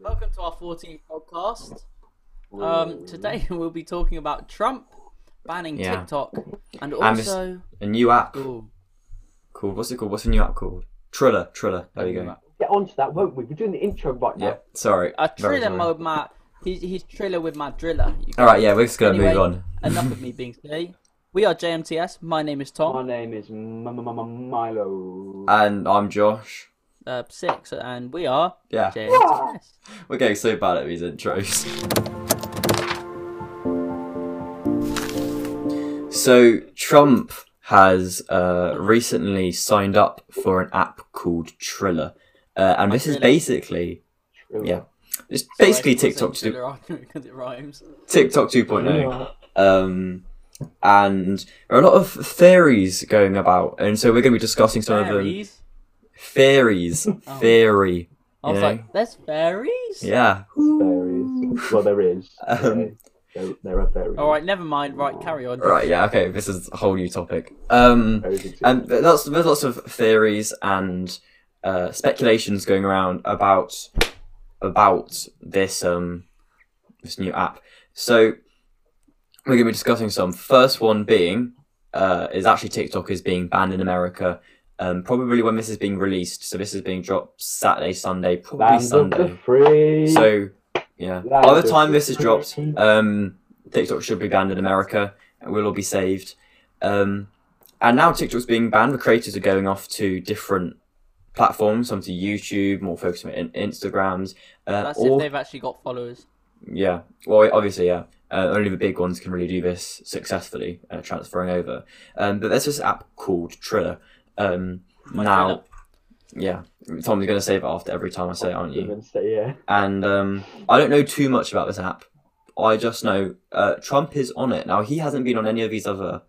Welcome to our 14th podcast. Um, today we'll be talking about Trump banning Yeah. TikTok and I'm just- also A new app Ooh, called what's it called? What's the new app called? Triller, Triller. There we go. Get onto that, won't we? We're doing the intro right now. Yeah, sorry. a Very triller sorry. mode, Matt. He's, he's triller with my driller. You All right, yeah, we're just gonna Anyway, move on. Enough of me being silly. We are JMTS. My name is My Tom. name is M- M- M- M- Milo. And I'm Josh. Uh, six, and we are Yeah, JMTS. we're getting so bad at these intros. So Trump has uh, recently signed up for an app called Triller, uh, and this is Triller. basically True. yeah, it's basically Sorry, TikTok I to wasn't driller because it rhymes. TikTok oh. 2.0. um, and there are a lot of theories going about, and so we're going to be discussing some of them. Fairies. Theories, theory, Oh. I was Yeah. like, there's fairies. yeah. Fairies. Well, there is. Um, Okay. there, there are fairies. All right, never mind. Right, carry on. Right, yeah, okay. This is a whole new topic. Um, Fairies exist. and th- lots, there's lots of theories and uh, speculations going around about about this um this new app. So we're going to be discussing some. First one being uh, is actually TikTok is being banned in America. Um, probably when this is being released. So this is being dropped Saturday, Sunday, probably Land of the Sunday. free. So yeah, Land by of the time the this is dropped, free. um, TikTok should be banned in America, and we'll all be saved. Um, and now TikTok's being banned. The creators are going off to different platforms, some to YouTube, more focused on in- Instagrams. Uh, That's or- if they've actually got followers. yeah. Well, obviously, yeah. Uh, only the big ones can really do this successfully, uh, transferring over. Um, but there's this app called Triller. Um, now, yeah, Tom's going to save it after every time I say it, aren't you? Even say, yeah. and um, I don't know too much about this app. I just know uh, Trump is on it now. He hasn't been on any of these other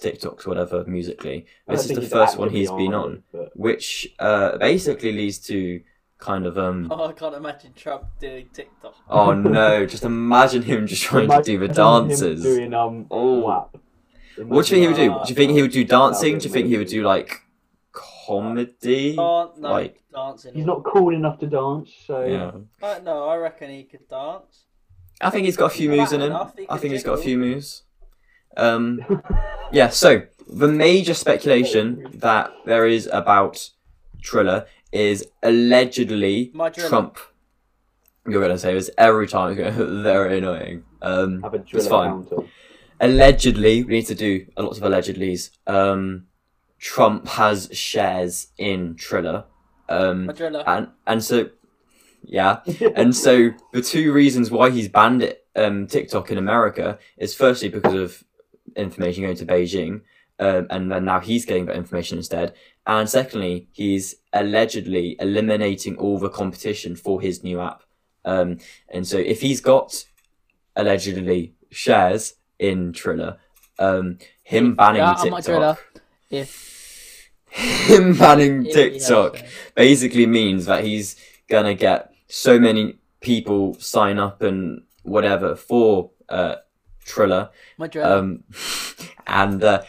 TikToks, or whatever, musically. I don't This is think the he's first one actively he's been on, but- which uh, basically leads to kind of um. Oh, I can't imagine Trump doing TikTok. Oh no! Just imagine him just trying to do the Imagine him dances. Doing, um, Oh. WAP. What do you think he would do? Do you think he uh, would do dancing? Do you That'd be think he would amazing. do like comedy? Can't no Like- dancing. uh, He's not cool enough to dance, so Yeah, Uh, no, I reckon he could dance. I think he's got a few moves in him. Enough, he I can think he's got a jiggle. few moves. Um, Yeah, so the major speculation that there is about Triller is allegedly My Triller. Trump. You're gonna say this every time. You're gonna- Very annoying. Um, have a it's drill fine. counter. Allegedly, we need to do a lot of allegedlys. Um, Trump has shares in Triller. Um, Madrilla. and and so yeah and so the two reasons why he's banned it um tiktok in america is firstly because of information going to beijing um, and then now he's getting that information instead and secondly he's allegedly eliminating all the competition for his new app um and so if he's got allegedly shares in triller um him banning Yeah, I'm not Ah, Triller. tiktok If him banning if he has tiktok to. basically means that he's gonna get so many people sign up and whatever for uh Triller, Madrilla. um, and uh,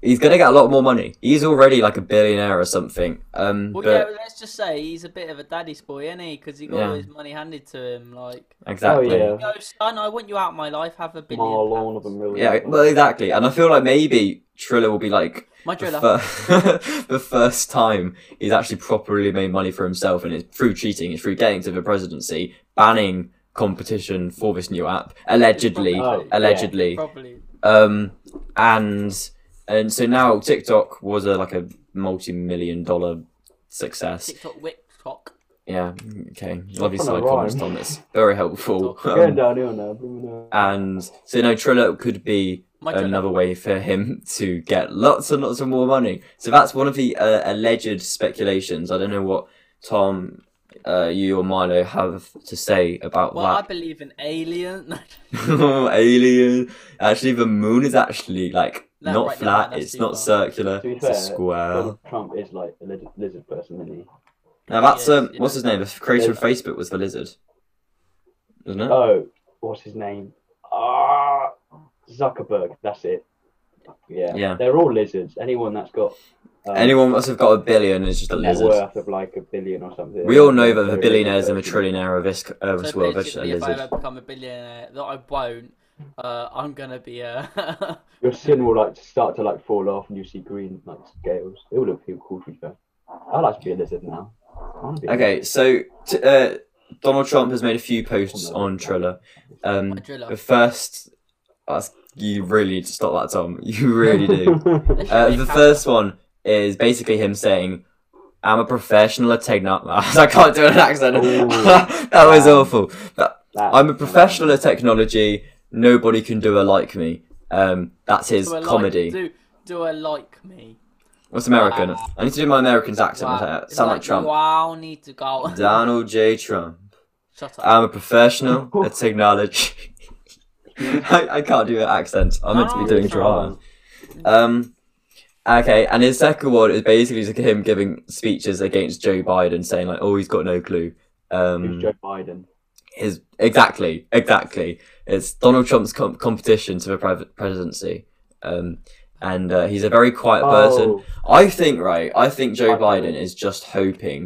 he's gonna get a lot more money. He's already like a billionaire or something. Um, well, yeah, but but let's just say he's a bit of a daddy's boy, isn't he? Because he got all Yeah. his money handed to him. Like, exactly, Oh, go son, I want you out of my life. Have a billion. More lawn of pounds. them, really. yeah, well, exactly. And I feel like maybe Triller will be like the, Madrilla. fir- the first time he's actually properly made money for himself, and it's through cheating, it's through getting to the presidency, banning competition for this new app, allegedly, Oh, yeah. allegedly. Probably. Um, and and so now TikTok was a, like a multi-million dollar success. TikTok whip talk. Yeah. Okay. Lovely on a side comments, rhyme. Thomas. Very helpful. Going Um, down here now. blooming hell. and so now Triller could be Madrilla. another way for him to get lots and lots of more money. So that's one of the uh, alleged speculations. I don't know what Tom, uh, you or Milo have to say about Well, I that. believe in alien. Alien. Actually, the moon is actually like No, not right, no, flat. that's it's too not far. circular. To be It's a fair, square. Donald Trump is like a lizard, lizard person, isn't he? Now Yes, that's um, yeah. what's his name? The creator of Facebook was the lizard, isn't it? uh, Oh, what's his name? Ah, Zuckerberg. That's it. Yeah. Yeah. They're all lizards. Anyone that's got um, Anyone must have got a billion is just a a net lizard. worth of like a billion or something. We all know that the They're billionaires and the lizards. trillionaire of this, of this So world are just a basically, if I lizard. ever become a billionaire, that I won't, uh, I'm gonna be a. Your skin will like start to like fall off, and you see green like scales. It would look feel cool to be fair. I'd like to be a lizard now. I wanna be a Okay, lizard. so t- uh, Donald Trump has made a few posts on Triller. a Um, driller. the first, that's, you really need to stop that, Tom. You really do. There should Uh, be a camera. the first one is basically him saying, "I'm a professional at technology." I can't do an accent. Ooh. that was Um, awful. That- That- I'm a professional at technology. Nobody can do a like me. Um, that's his Do I like- comedy. do, do I like me? What's American? Wow. I need to do my American's accent. Wow. I sound like Trump. Wow, need to go. Donald J. Trump. Shut up. I'm a professional at technology. I, I can't do an accent. I'm meant to be Donald doing drama. Trump. Um, okay, and his second one is basically just him giving speeches against Joe Biden, saying like, "Oh, he's got no clue." Who's Um, Joe Biden? his exactly, exactly. It's Donald Trump's com- competition to the private presidency, um, and uh, he's a very quiet person. Oh, I think right. I think Joe I know. Biden is just hoping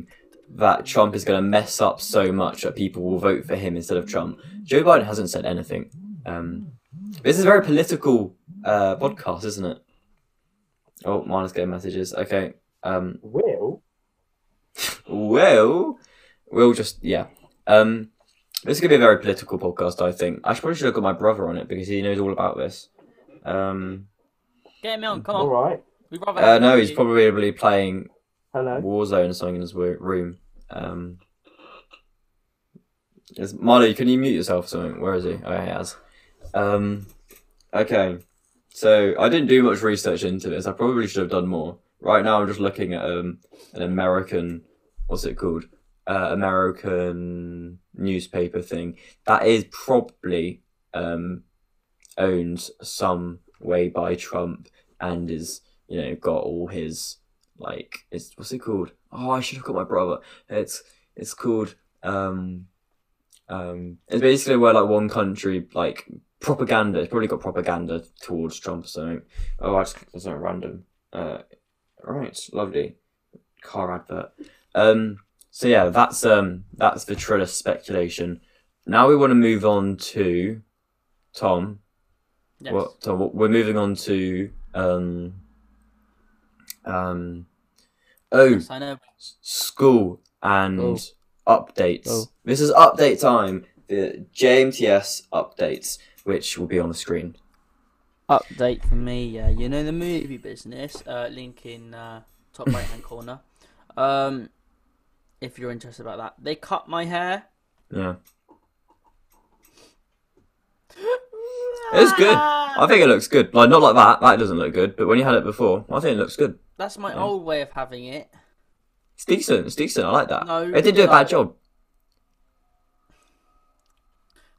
that Trump is going to mess up so much that people will vote for him instead of Trump. Joe Biden hasn't said anything. Um, this is a very political uh, podcast, isn't it? Oh, minus game messages. Okay. Um, Will. well, we'll just yeah. Um, this is gonna be a very political podcast. I think I should probably should have got my brother on it because he knows all about this. Um, Get him on, come All on. right. We'd rather uh, have no, you. he's probably playing Hello. Warzone or something in his wo- room. Um, is, Marley, can you mute yourself or something? Where is he? Oh, he has. Um, okay. So I didn't do much research into this. I probably should have done more. Right now, I'm just looking at um, an American, what's it called? Uh, American newspaper thing that is probably um, owned some way by Trump and is you know got all his like it's what's it called? Oh, I should have got my brother. It's it's called um um it's basically where like one country like propaganda. It's probably got propaganda towards Trump or something. Oh, I just that's not random. Uh, right, lovely car advert. Um, so yeah, that's um that's the Triller speculation. Now we want to move on to Tom. Yes. Well, so w- we're moving on to um, um, oh, Yes, I know. s- school and Oh. updates. Oh. This is update time. The JMTS updates, which will be on the screen. Update for me, yeah. You know the movie business, uh, link in uh, top right hand corner. Um, if you're interested about that, they cut my hair. Yeah, It's good. Ah. I think it looks good. Like not like that. That doesn't look good. But when you had it before, I think it looks good. That's my Yeah. old way of having it. It's decent. It's decent. I like that. No, it didn't do a no. bad job.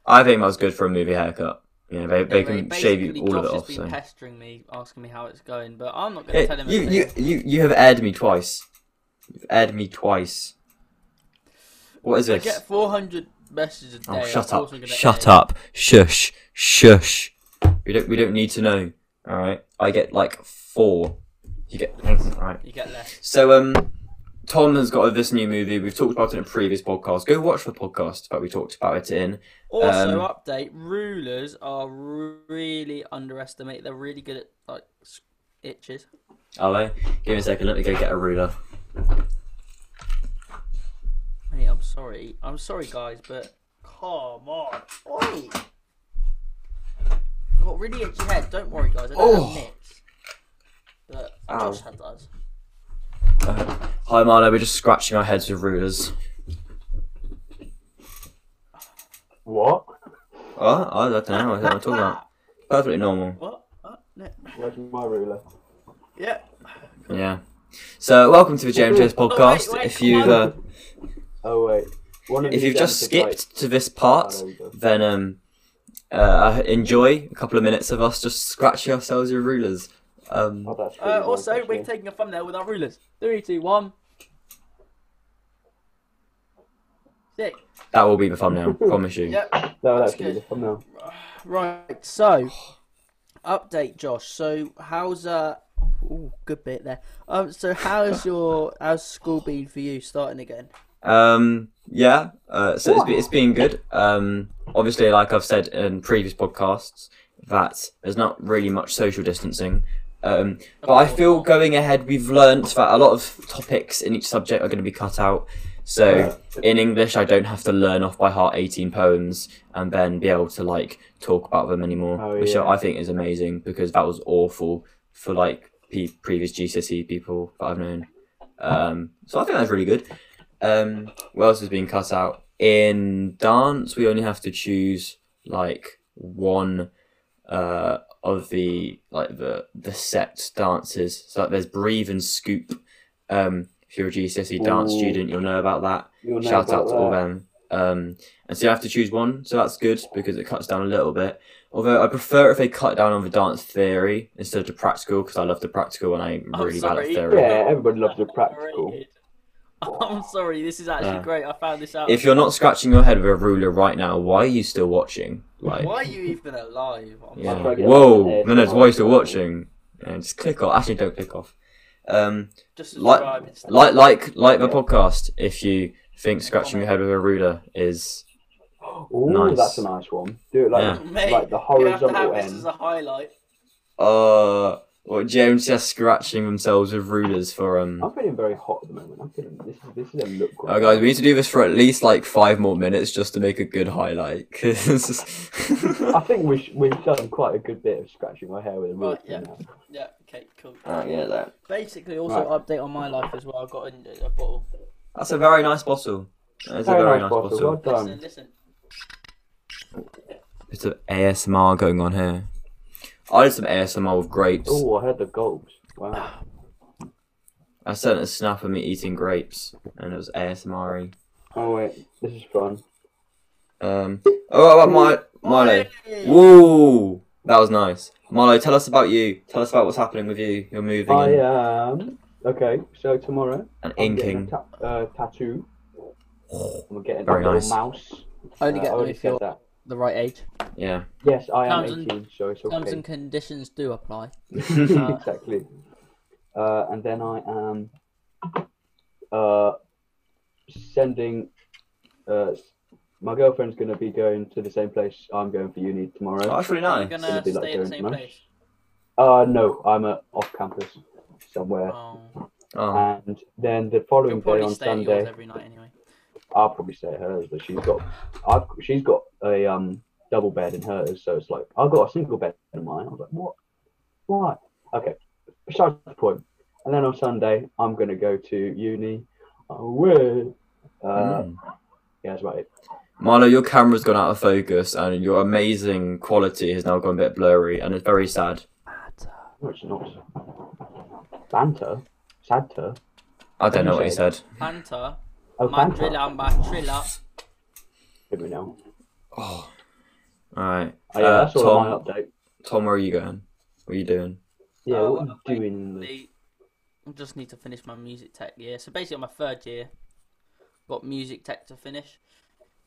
I think that was good for a movie haircut. You know, they, they Anyway, can shave you all Josh of it has off. been So. pestering me, asking me how it's going, but I'm not going to Hey, tell him. Eh, you, anything. you, you, you have aired me twice. You've aired me twice. What is I this? get 400 messages a day. Oh, of shut course I'm up! gonna Shut edit. up! Shush! Shush! We don't we don't need to know. All right. I get like four. You get all right. You get less. So um, Tom has got this new movie. We've talked about it in a previous podcast. Go watch the podcast that we talked about it in. Also, Um, update: rulers are really underestimated. They're really good at like s- itches. Hello. Give me a second. Let me go get a ruler. Mate, I'm sorry. I'm sorry, guys, but come on, oi! I've got really itchy head. Don't worry, guys. I don't Oh. have nits, but Ow. Josh had does. Hi, Marlo. We're just scratching our heads with rulers. What? Oh, I don't know. I don't know what I'm talking about. Perfectly normal. What? Uh, no. Where's my ruler? Yeah. Yeah. So welcome to the JMTS podcast. Oh, wait, wait, if you've come uh, Oh wait. One of if these you've just ends is, like- skipped to this part, Oh, there we go. then um, uh, enjoy a couple of minutes of us just scratching ourselves with rulers. Oh, Um, that's really Uh, nice, also, actually. we're taking a thumbnail with our rulers. Three, two, one. Sick. that will be the thumbnail. promise you. Yep. No, That's that's good. good. thumbnail. Right. So, update, Josh. So how's uh? Ooh, good bit there. Um, so how's your how's school been for you starting again? Um, yeah, uh, so it's, be- it's been good. Um, obviously, like I've said in previous podcasts, that there's not really much social distancing. Um, but I feel going ahead, we've learnt that a lot of topics in each subject are going to be cut out. So in English, I don't have to learn off by heart 18 poems and then be able to like talk about them anymore, Oh, which yeah. I think is amazing because that was awful for like pe previous GCSE E people that I've known. Um, so I think that's really good. Um, what else has been cut out? In dance, we only have to choose like one uh, of the like the the set dances. So like, there's breathe and scoop. Um, if you're a GCSE dance Ooh. student, you'll know about that. You'll know Shout about out to all that. them. Um, and so you have to choose one, so that's good because it cuts down a little bit. Although I prefer if they cut down on the dance theory instead of practical because I love the practical and I'm I'm really bad at sorry. theory. Yeah, everybody loves the practical. I'm sorry, this is actually Uh, great. I found this out. If you're not scratching your head with a ruler right now, why are you still watching? Like, Why are you even alive? I'm Yeah. try sorry. to get back Whoa! in No, there. no, it's why you're still watching. Yeah, just click off. Actually, don't click off. Um, Just Like- subscribe instead. like, like, like the podcast. If you think scratching your head with a ruler is Ooh, Nice. that's a nice one. Do it like, Yeah. Mate, like the you have to have horizontal this as end. a highlight. uh, or James just scratching themselves with rulers for um. I'm feeling very hot at the moment. I'm feeling this is this is a look. Oh, guys, we need to do this for at least like five more minutes just to make a good highlight. 'cause- I think we sh- we've done quite a good bit of scratching my hair with a ruler. Right, yeah. now. Yeah, okay, cool. Oh, yeah, that- Basically, also Right. update on my life as well. I've got a, a bottle. That's a very nice bottle. That's a Very very nice nice bottle, bottle. well done. Listen, listen. Bit of ASMR going on here. I did some ASMR with grapes. Oh, I heard the gulps. Wow. I sent a snap of me eating grapes, and it was ASMR. Oh wait, this is fun. Um, oh, about my Milo. Whoa, that was nice. Milo, tell us about you. Tell us about what's happening with you. You're moving I and, um okay. So tomorrow and I'm getting a inking. ta- uh, tattoo. I'm getting Very a little nice. mouse. I only Uh, get I them already if you're said that. the right age. Yeah. Yes, I am Townsend- 18, so it's Terms okay. and conditions do apply. yeah. exactly. Uh, and then I am uh, sending. Uh, s- my girlfriend's going to be going to the same place I'm going for uni tomorrow. Oh, that's really Are you nice. gonna It'll be like stay at the going same to place? Uh, no, I'm uh, off campus somewhere. Oh, Oh, And then the you'll following day probably on stay at yours Sunday, every night anyway. I'll probably stay at hers, but she's got, I've, she's got a um double bed in hers, so it's like I've got a single bed in mine. I was like, what? Why? Okay, besides the point. And then on Sunday, I'm gonna go to uni. Away. Uh, Mm. Yeah, that's right. Milo, your camera's gone out of focus, and your amazing quality has now gone a bit blurry, and it's very sad. No, it's not. Banter, Santa. I don't know what he said. Panta, Oh, Santa. Madrilla, Matrilla. Here we know. Oh. All right. Oh, yeah, uh, that's all Tom, my update. Tom, where are you going? What are you doing? Yeah, Oh, what are you wait. doing? Luke? the- I just need to finish my music tech year. So basically, my third year, got music tech to finish.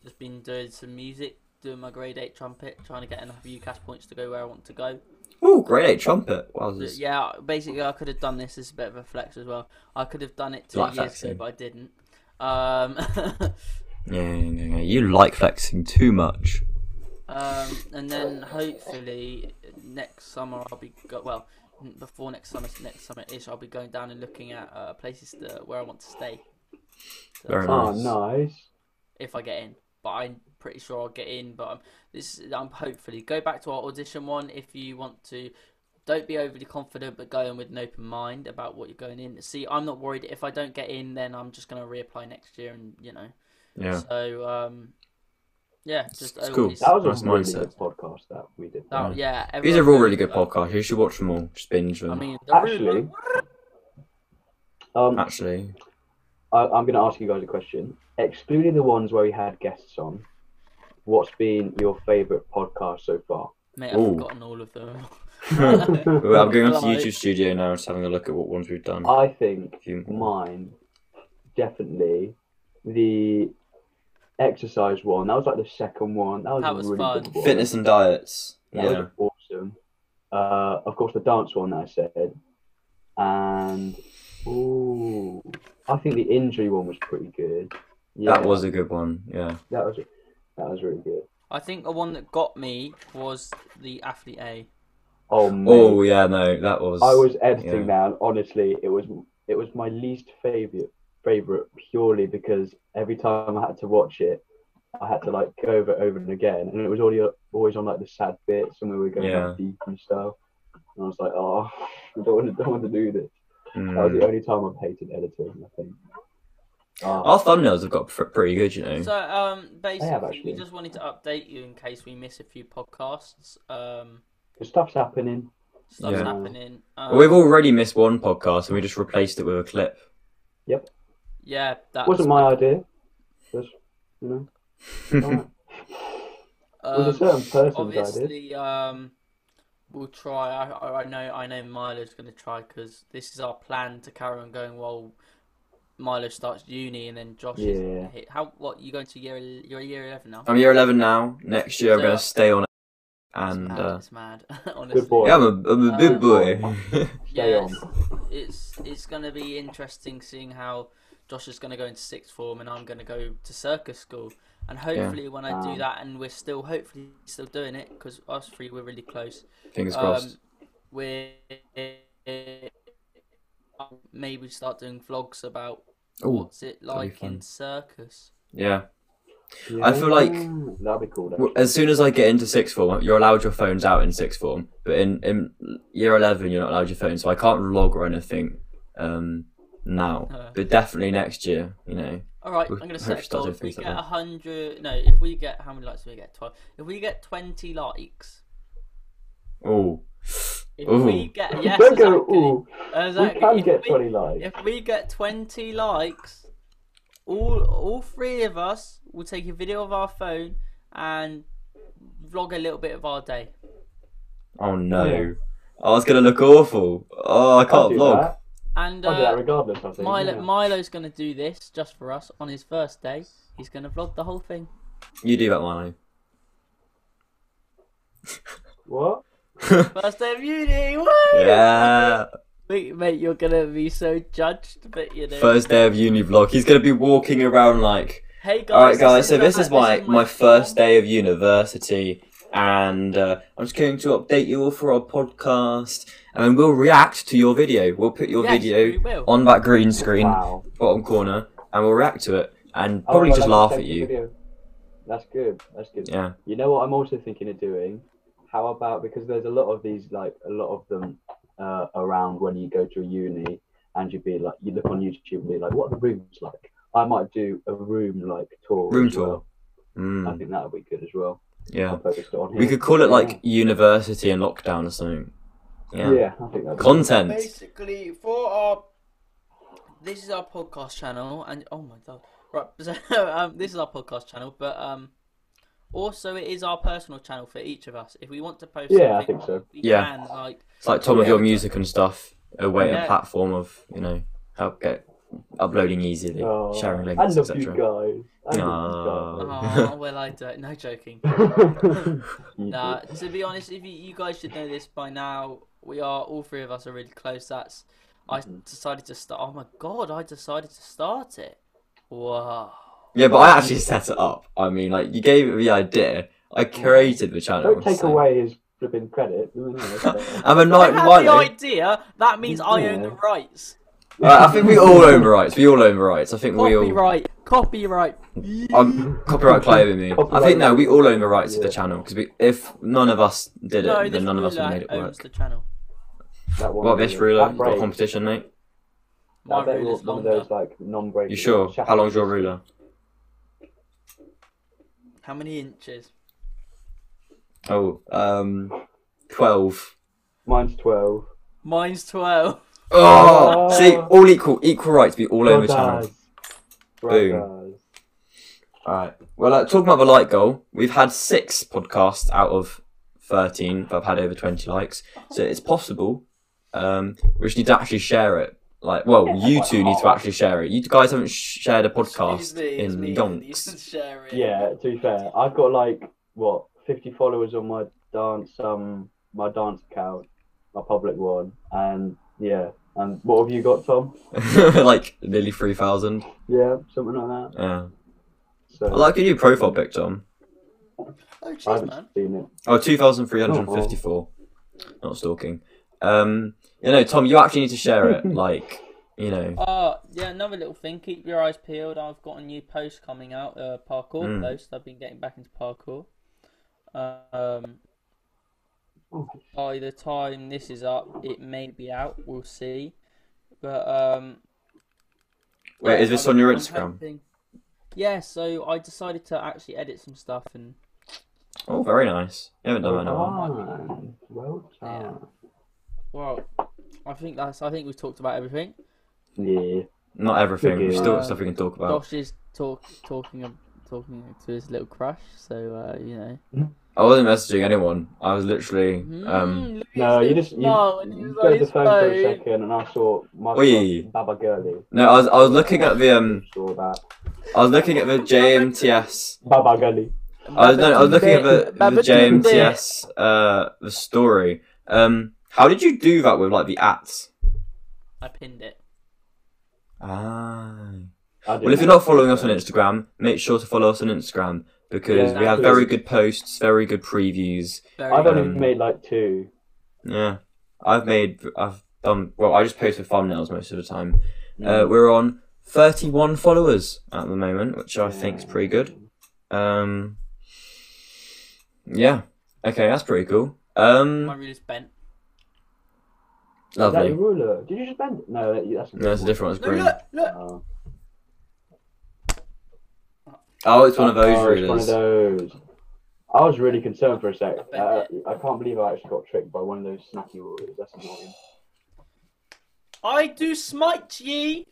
Just been doing some music, doing my grade eight trumpet, trying to get enough UCAS points to go where I want to go. Oh, great eight trumpet. Wow, But yeah, basically, I could have done this as a bit of a flex as well. I could have done it two Like years ago, eh? flexing. but I didn't. Um, Yeah, yeah, yeah, you like flexing too much. Um, and then hopefully next summer I'll be go- well n- before next summer next summer ish I'll be going down and looking at uh, places to, where I want to stay. So Very Oh, Nice. nice. If I get in, but I'm pretty sure I'll get in. But I'm this I'm hopefully go back to our audition one if you want to. Don't be overly confident, but go in with an open mind about what you're going in. See, I'm not worried. If I don't get in, then I'm just going to reapply next year, and you know. Yeah. So, um, yeah, just It's cool. always. That was Nice a really mindset. good podcast that we did. Oh, yeah, everyone These uh, are all goes really to good that. podcasts. You should watch them all. Just binge them. I mean, the Actually, room- um, Actually, I, I'm going to ask you guys a question. Excluding the ones where we had guests on, what's been your favourite podcast so far? mate, I've Ooh. forgotten all of them. Well, I'm going onto Like- YouTube Studio now, just having a look at what ones we've done. I think Few more. mine definitely the exercise one. That was like the second one. That was, That a was really fun. good one. Fitness and diets. That Yeah. was awesome. Uh, of course, the dance one that I said, and ooh, I think the injury one was pretty good. Yeah, That was a good one. Yeah. that was that was really good. I think the one that got me was the athlete A. Oh man, Oh yeah, no, that was. I was editing yeah. that. And honestly, it was it was my least favorite favorite purely because every time I had to watch it, I had to like go over it over and again, and it was already always on like the sad bits, and we were going Yeah. like, deep and stuff. And I was like, oh, I don't want to don't want to do this. That was Mm. the only time I've hated editing. I think. Ah, Our thumbnails have got pr- pretty good, you know. So um, basically, we actually. just wanted to update you in case we miss a few podcasts. Um, 'cause stuff's happening. stuff's Yeah. happening. But Um, We've already missed one podcast and we just replaced it with a clip. yeah, that wasn't my idea. Was you know. alright. Um, was a certain person's idea. obviously, um, we'll try. I- I, I know, I know, Milo's going to try because this is our plan to carry on going while Milo starts uni and then Josh Yeah. is hit. How? What? You going to year? el- You're year eleven now. I'm year 11 now. Next year I'm So- going to stay on it. It's And mad, uh, it's mad. honestly. boy. yeah, I'm a, I'm a Uh, big boy. Stay Yeah, on. it's it's, it's going to be interesting seeing how Josh is going to go into sixth form and I'm going to go to circus school. And hopefully, when I do Um, that, and we're still hopefully still doing it because us three we're really close. Fingers Um, crossed. we maybe start doing vlogs about oh, what's it that'd be like in fun. circus. yeah. I feel like- Yeah, that'd be cool. Well, As soon as I get into sixth form, you're allowed your phones out in sixth form, but in, in year eleven, you're not allowed your phone, so I can't vlog or anything um, now. Uh. But definitely next year, you know. All right, I'm We- gonna I set hope a she goal. does If we everything get like that. hundred, no, if we get how many likes do we get? Twelve. If we get twenty likes, Oh, if Ooh. we get yes, Don't exactly, go. Ooh, exactly. we can if get we, 20 likes. If we get twenty likes, all all three of us will take a video of our phone and vlog a little bit of our day. oh no, I was gonna look awful. Oh, I I'll can't do vlog. that. And I'll do that uh, regardless. I think. Milo, yeah. Milo's gonna do this just for us on his first day. He's gonna vlog the whole thing. You do that, Milo. What? First day of uni. Woo! Yeah, Mate, mate, you're gonna be so judged, but you know. first day of uni vlog. He's gonna be walking around like Hey guys. All right, this guys. So this is my my first day. day of university, and uh, I'm just going to update you all for our podcast, and then we'll react to your video. We'll put your Yes, we video will. on that green screen, Wow. Oh, bottom corner, and we'll react to it, and I probably would just like to laugh take at the you. video. That's good. That's good. Yeah. You know what I'm also thinking of doing? How about because there's a lot of these, like a lot of them uh, around when you go to a uni and you'd be like, you look on YouTube and be like, what are the rooms like? I might do a room like tour. Room as well. tour. I Mm, think that would be good as well. yeah. I'll post it on here. We could call it like university and lockdown or something. Yeah, Yeah. I think that's Content. Basically, for our this is our podcast channel, and oh my god, right? So um, this is our podcast channel, but um, also it is our personal channel for each of us. If we want to post, Yeah, I something, think so. We Yeah. can, like It's like Tom of Yeah. your music and stuff. A way, Yeah. a platform of you know help get uploading easily, Oh, sharing I links, Ah. love you etc. guys. I love oh, well, I don't. No joking. you guys. You Nah, do. to be honest, if you, you guys should know this by now, we are all three of us are really close. That's I Mhm. decided to start. Oh my god, I decided to start it. Wow. Yeah, but I actually set it up. I mean, like you gave it the idea. I created the channel. Don't take so- away his flipping credit. No, no, no, no. I'm a I night have Milo. the idea. That means I own the Yeah. rights. Right, I think we all own the rights. We all own the rights. I think we all. Copyright. Copyright. I'm copyright claiming me. I think no, we all own the rights to the Yeah. channel because if none of us did it, No, this then none of us would have made ruler it owns work. the channel. That one What this really- ruler? that You've Got brave. competition, mate? My I bet ruler's you're one of longer. those like non-brave. You sure? How long's your ruler? How many inches? Oh, um, twelve. Mine's twelve. Mine's twelve. Oh, Oh. see, all equal, equal rights. We all own the channel. Brothers. Brothers. Alright. Well, uh, talking about the like goal, we've had six podcasts out of 13 that have had over 20 likes. So it's possible. Um, we just need to actually share it. Like, well, you two need to actually share it. You guys haven't sh- shared a Excuse podcast me, it's in me that needs to yonks. share it. Yeah. To be fair, I've got like what fifty followers on my dance um my dance account, my public one, and yeah. And what have you got, Tom? like nearly three thousand. Yeah, something like that. Yeah. So I like your new profile pic, Tom. Oh, I cheers, haven't man. seen it. Oh, 2,354. Not stalking. Um, you know, Tom, you actually need to share it. Like, you know, Oh, yeah, another little thing. Keep your eyes peeled. I've got a new post coming out, uh, parkour Mm. post. I've been getting back into parkour. Um, Oh, by the time this is up, it may be out. We'll see. But um, wait, is yeah, this I'm- on your I'm Instagram? hoping- Yeah, so I decided to actually edit some stuff and Oh, very nice. You haven't done that in a while. Fine. Well done. well, I think that's I think we've talked about everything. Yeah. Not everything. We've still got Uh, stuff we can talk about. Josh is talk talking talking to his little crush, so uh, you know. I wasn't messaging anyone. I was literally. Um, Mm, No, Louis you did just you, smile and he you was go on to the his phone for a phone. second, and I saw my Oi. Baba Girly. no, I was, I was looking at the um, Saw that I was looking at the JMTS. Baba Girly. I was, no, I was looking at the, the Babatunde. JMTS uh the story. Um, how did you do that with like the ats? I pinned it. Ah. I didn't Well, if you're know. not following us on Instagram, make sure to follow us on Instagram because Yeah, we have exactly. very good posts, very good previews. Very I've only Um, made like two. Yeah, I've made, I've done well. I just post with thumbnails most of the time. Uh, Mm. we're on 31 followers at the moment, which I think is pretty good. Um, yeah, okay, that's pretty cool. my Um, ruler's bent. Is that your lovely. ruler? Did you just bend it? No, that, that's No, it's a different one. It's No, green. look, look. Oh. Oh, it's one of those Oh, it's one rulers. of those. I was really concerned for a sec. bent Uh, I can't believe I actually got tricked by one of those snacky rulers. That's annoying. I do smite ye.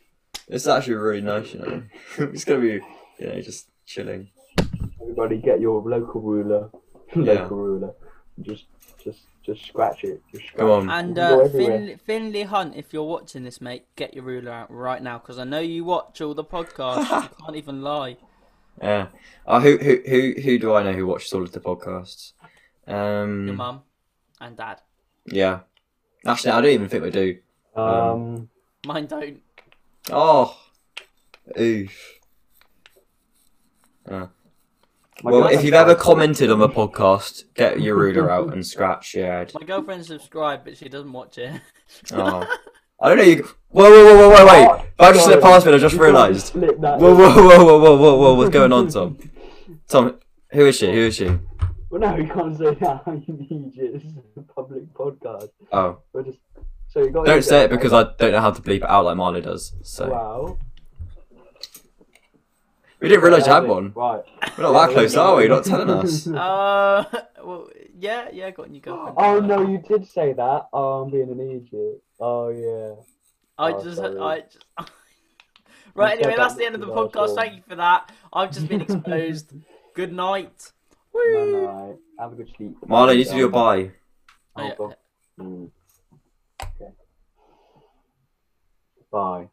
It's actually really nice, you know. it's gonna be, you know, just chilling. Everybody, get your local ruler. local Yeah. ruler. Just, just, just scratch it. Just scratch Come on. And You can go uh, everywhere. Fin- Finley Hunt, if you're watching this, mate, get your ruler out right now because I know you watch all the podcasts. you can't even lie. Yeah. Uh, who who who who do I know who watches all of the podcasts? Um. Hmm. Your mum and dad. Yeah. Actually, I don't even think we do. Um, Mine don't. Oh. Oof. my well, God, if I'm you've ever sorry. commented on the podcast, get your ruler out and scratch your head. My girlfriend's subscribed, but she doesn't watch it. Oh. I don't know. You... Whoa, whoa, whoa, whoa, whoa, Oh, wait! That just sorry. slipped past me. and I just You can't realised. split that. Whoa, whoa, whoa, whoa, whoa, whoa, whoa! What's going on, Tom? Tom, who is she? Who is she? Well, no, you can't say that. You need it. This is a public podcast. Oh, We're just so you got. don't say it because I don't know how to bleep it out like Marley does. So Wow. we didn't realise you had Right, one. Right. We're not that close, are we? You're not telling us. Uh, well, yeah, yeah, I got a new girlfriend. Oh no, you did say that. Oh, I'm being an idiot. Oh yeah. I Oh, just, sorry. I just. right, Okay, anyway, that's that the end of the was podcast. awesome. Thank you for that. I've just been exposed. Good night. No, Woo. no. Have a good sleep. Marley you need to do your bye. Oh, yeah. Oh, God. Mm. Okay. Bye.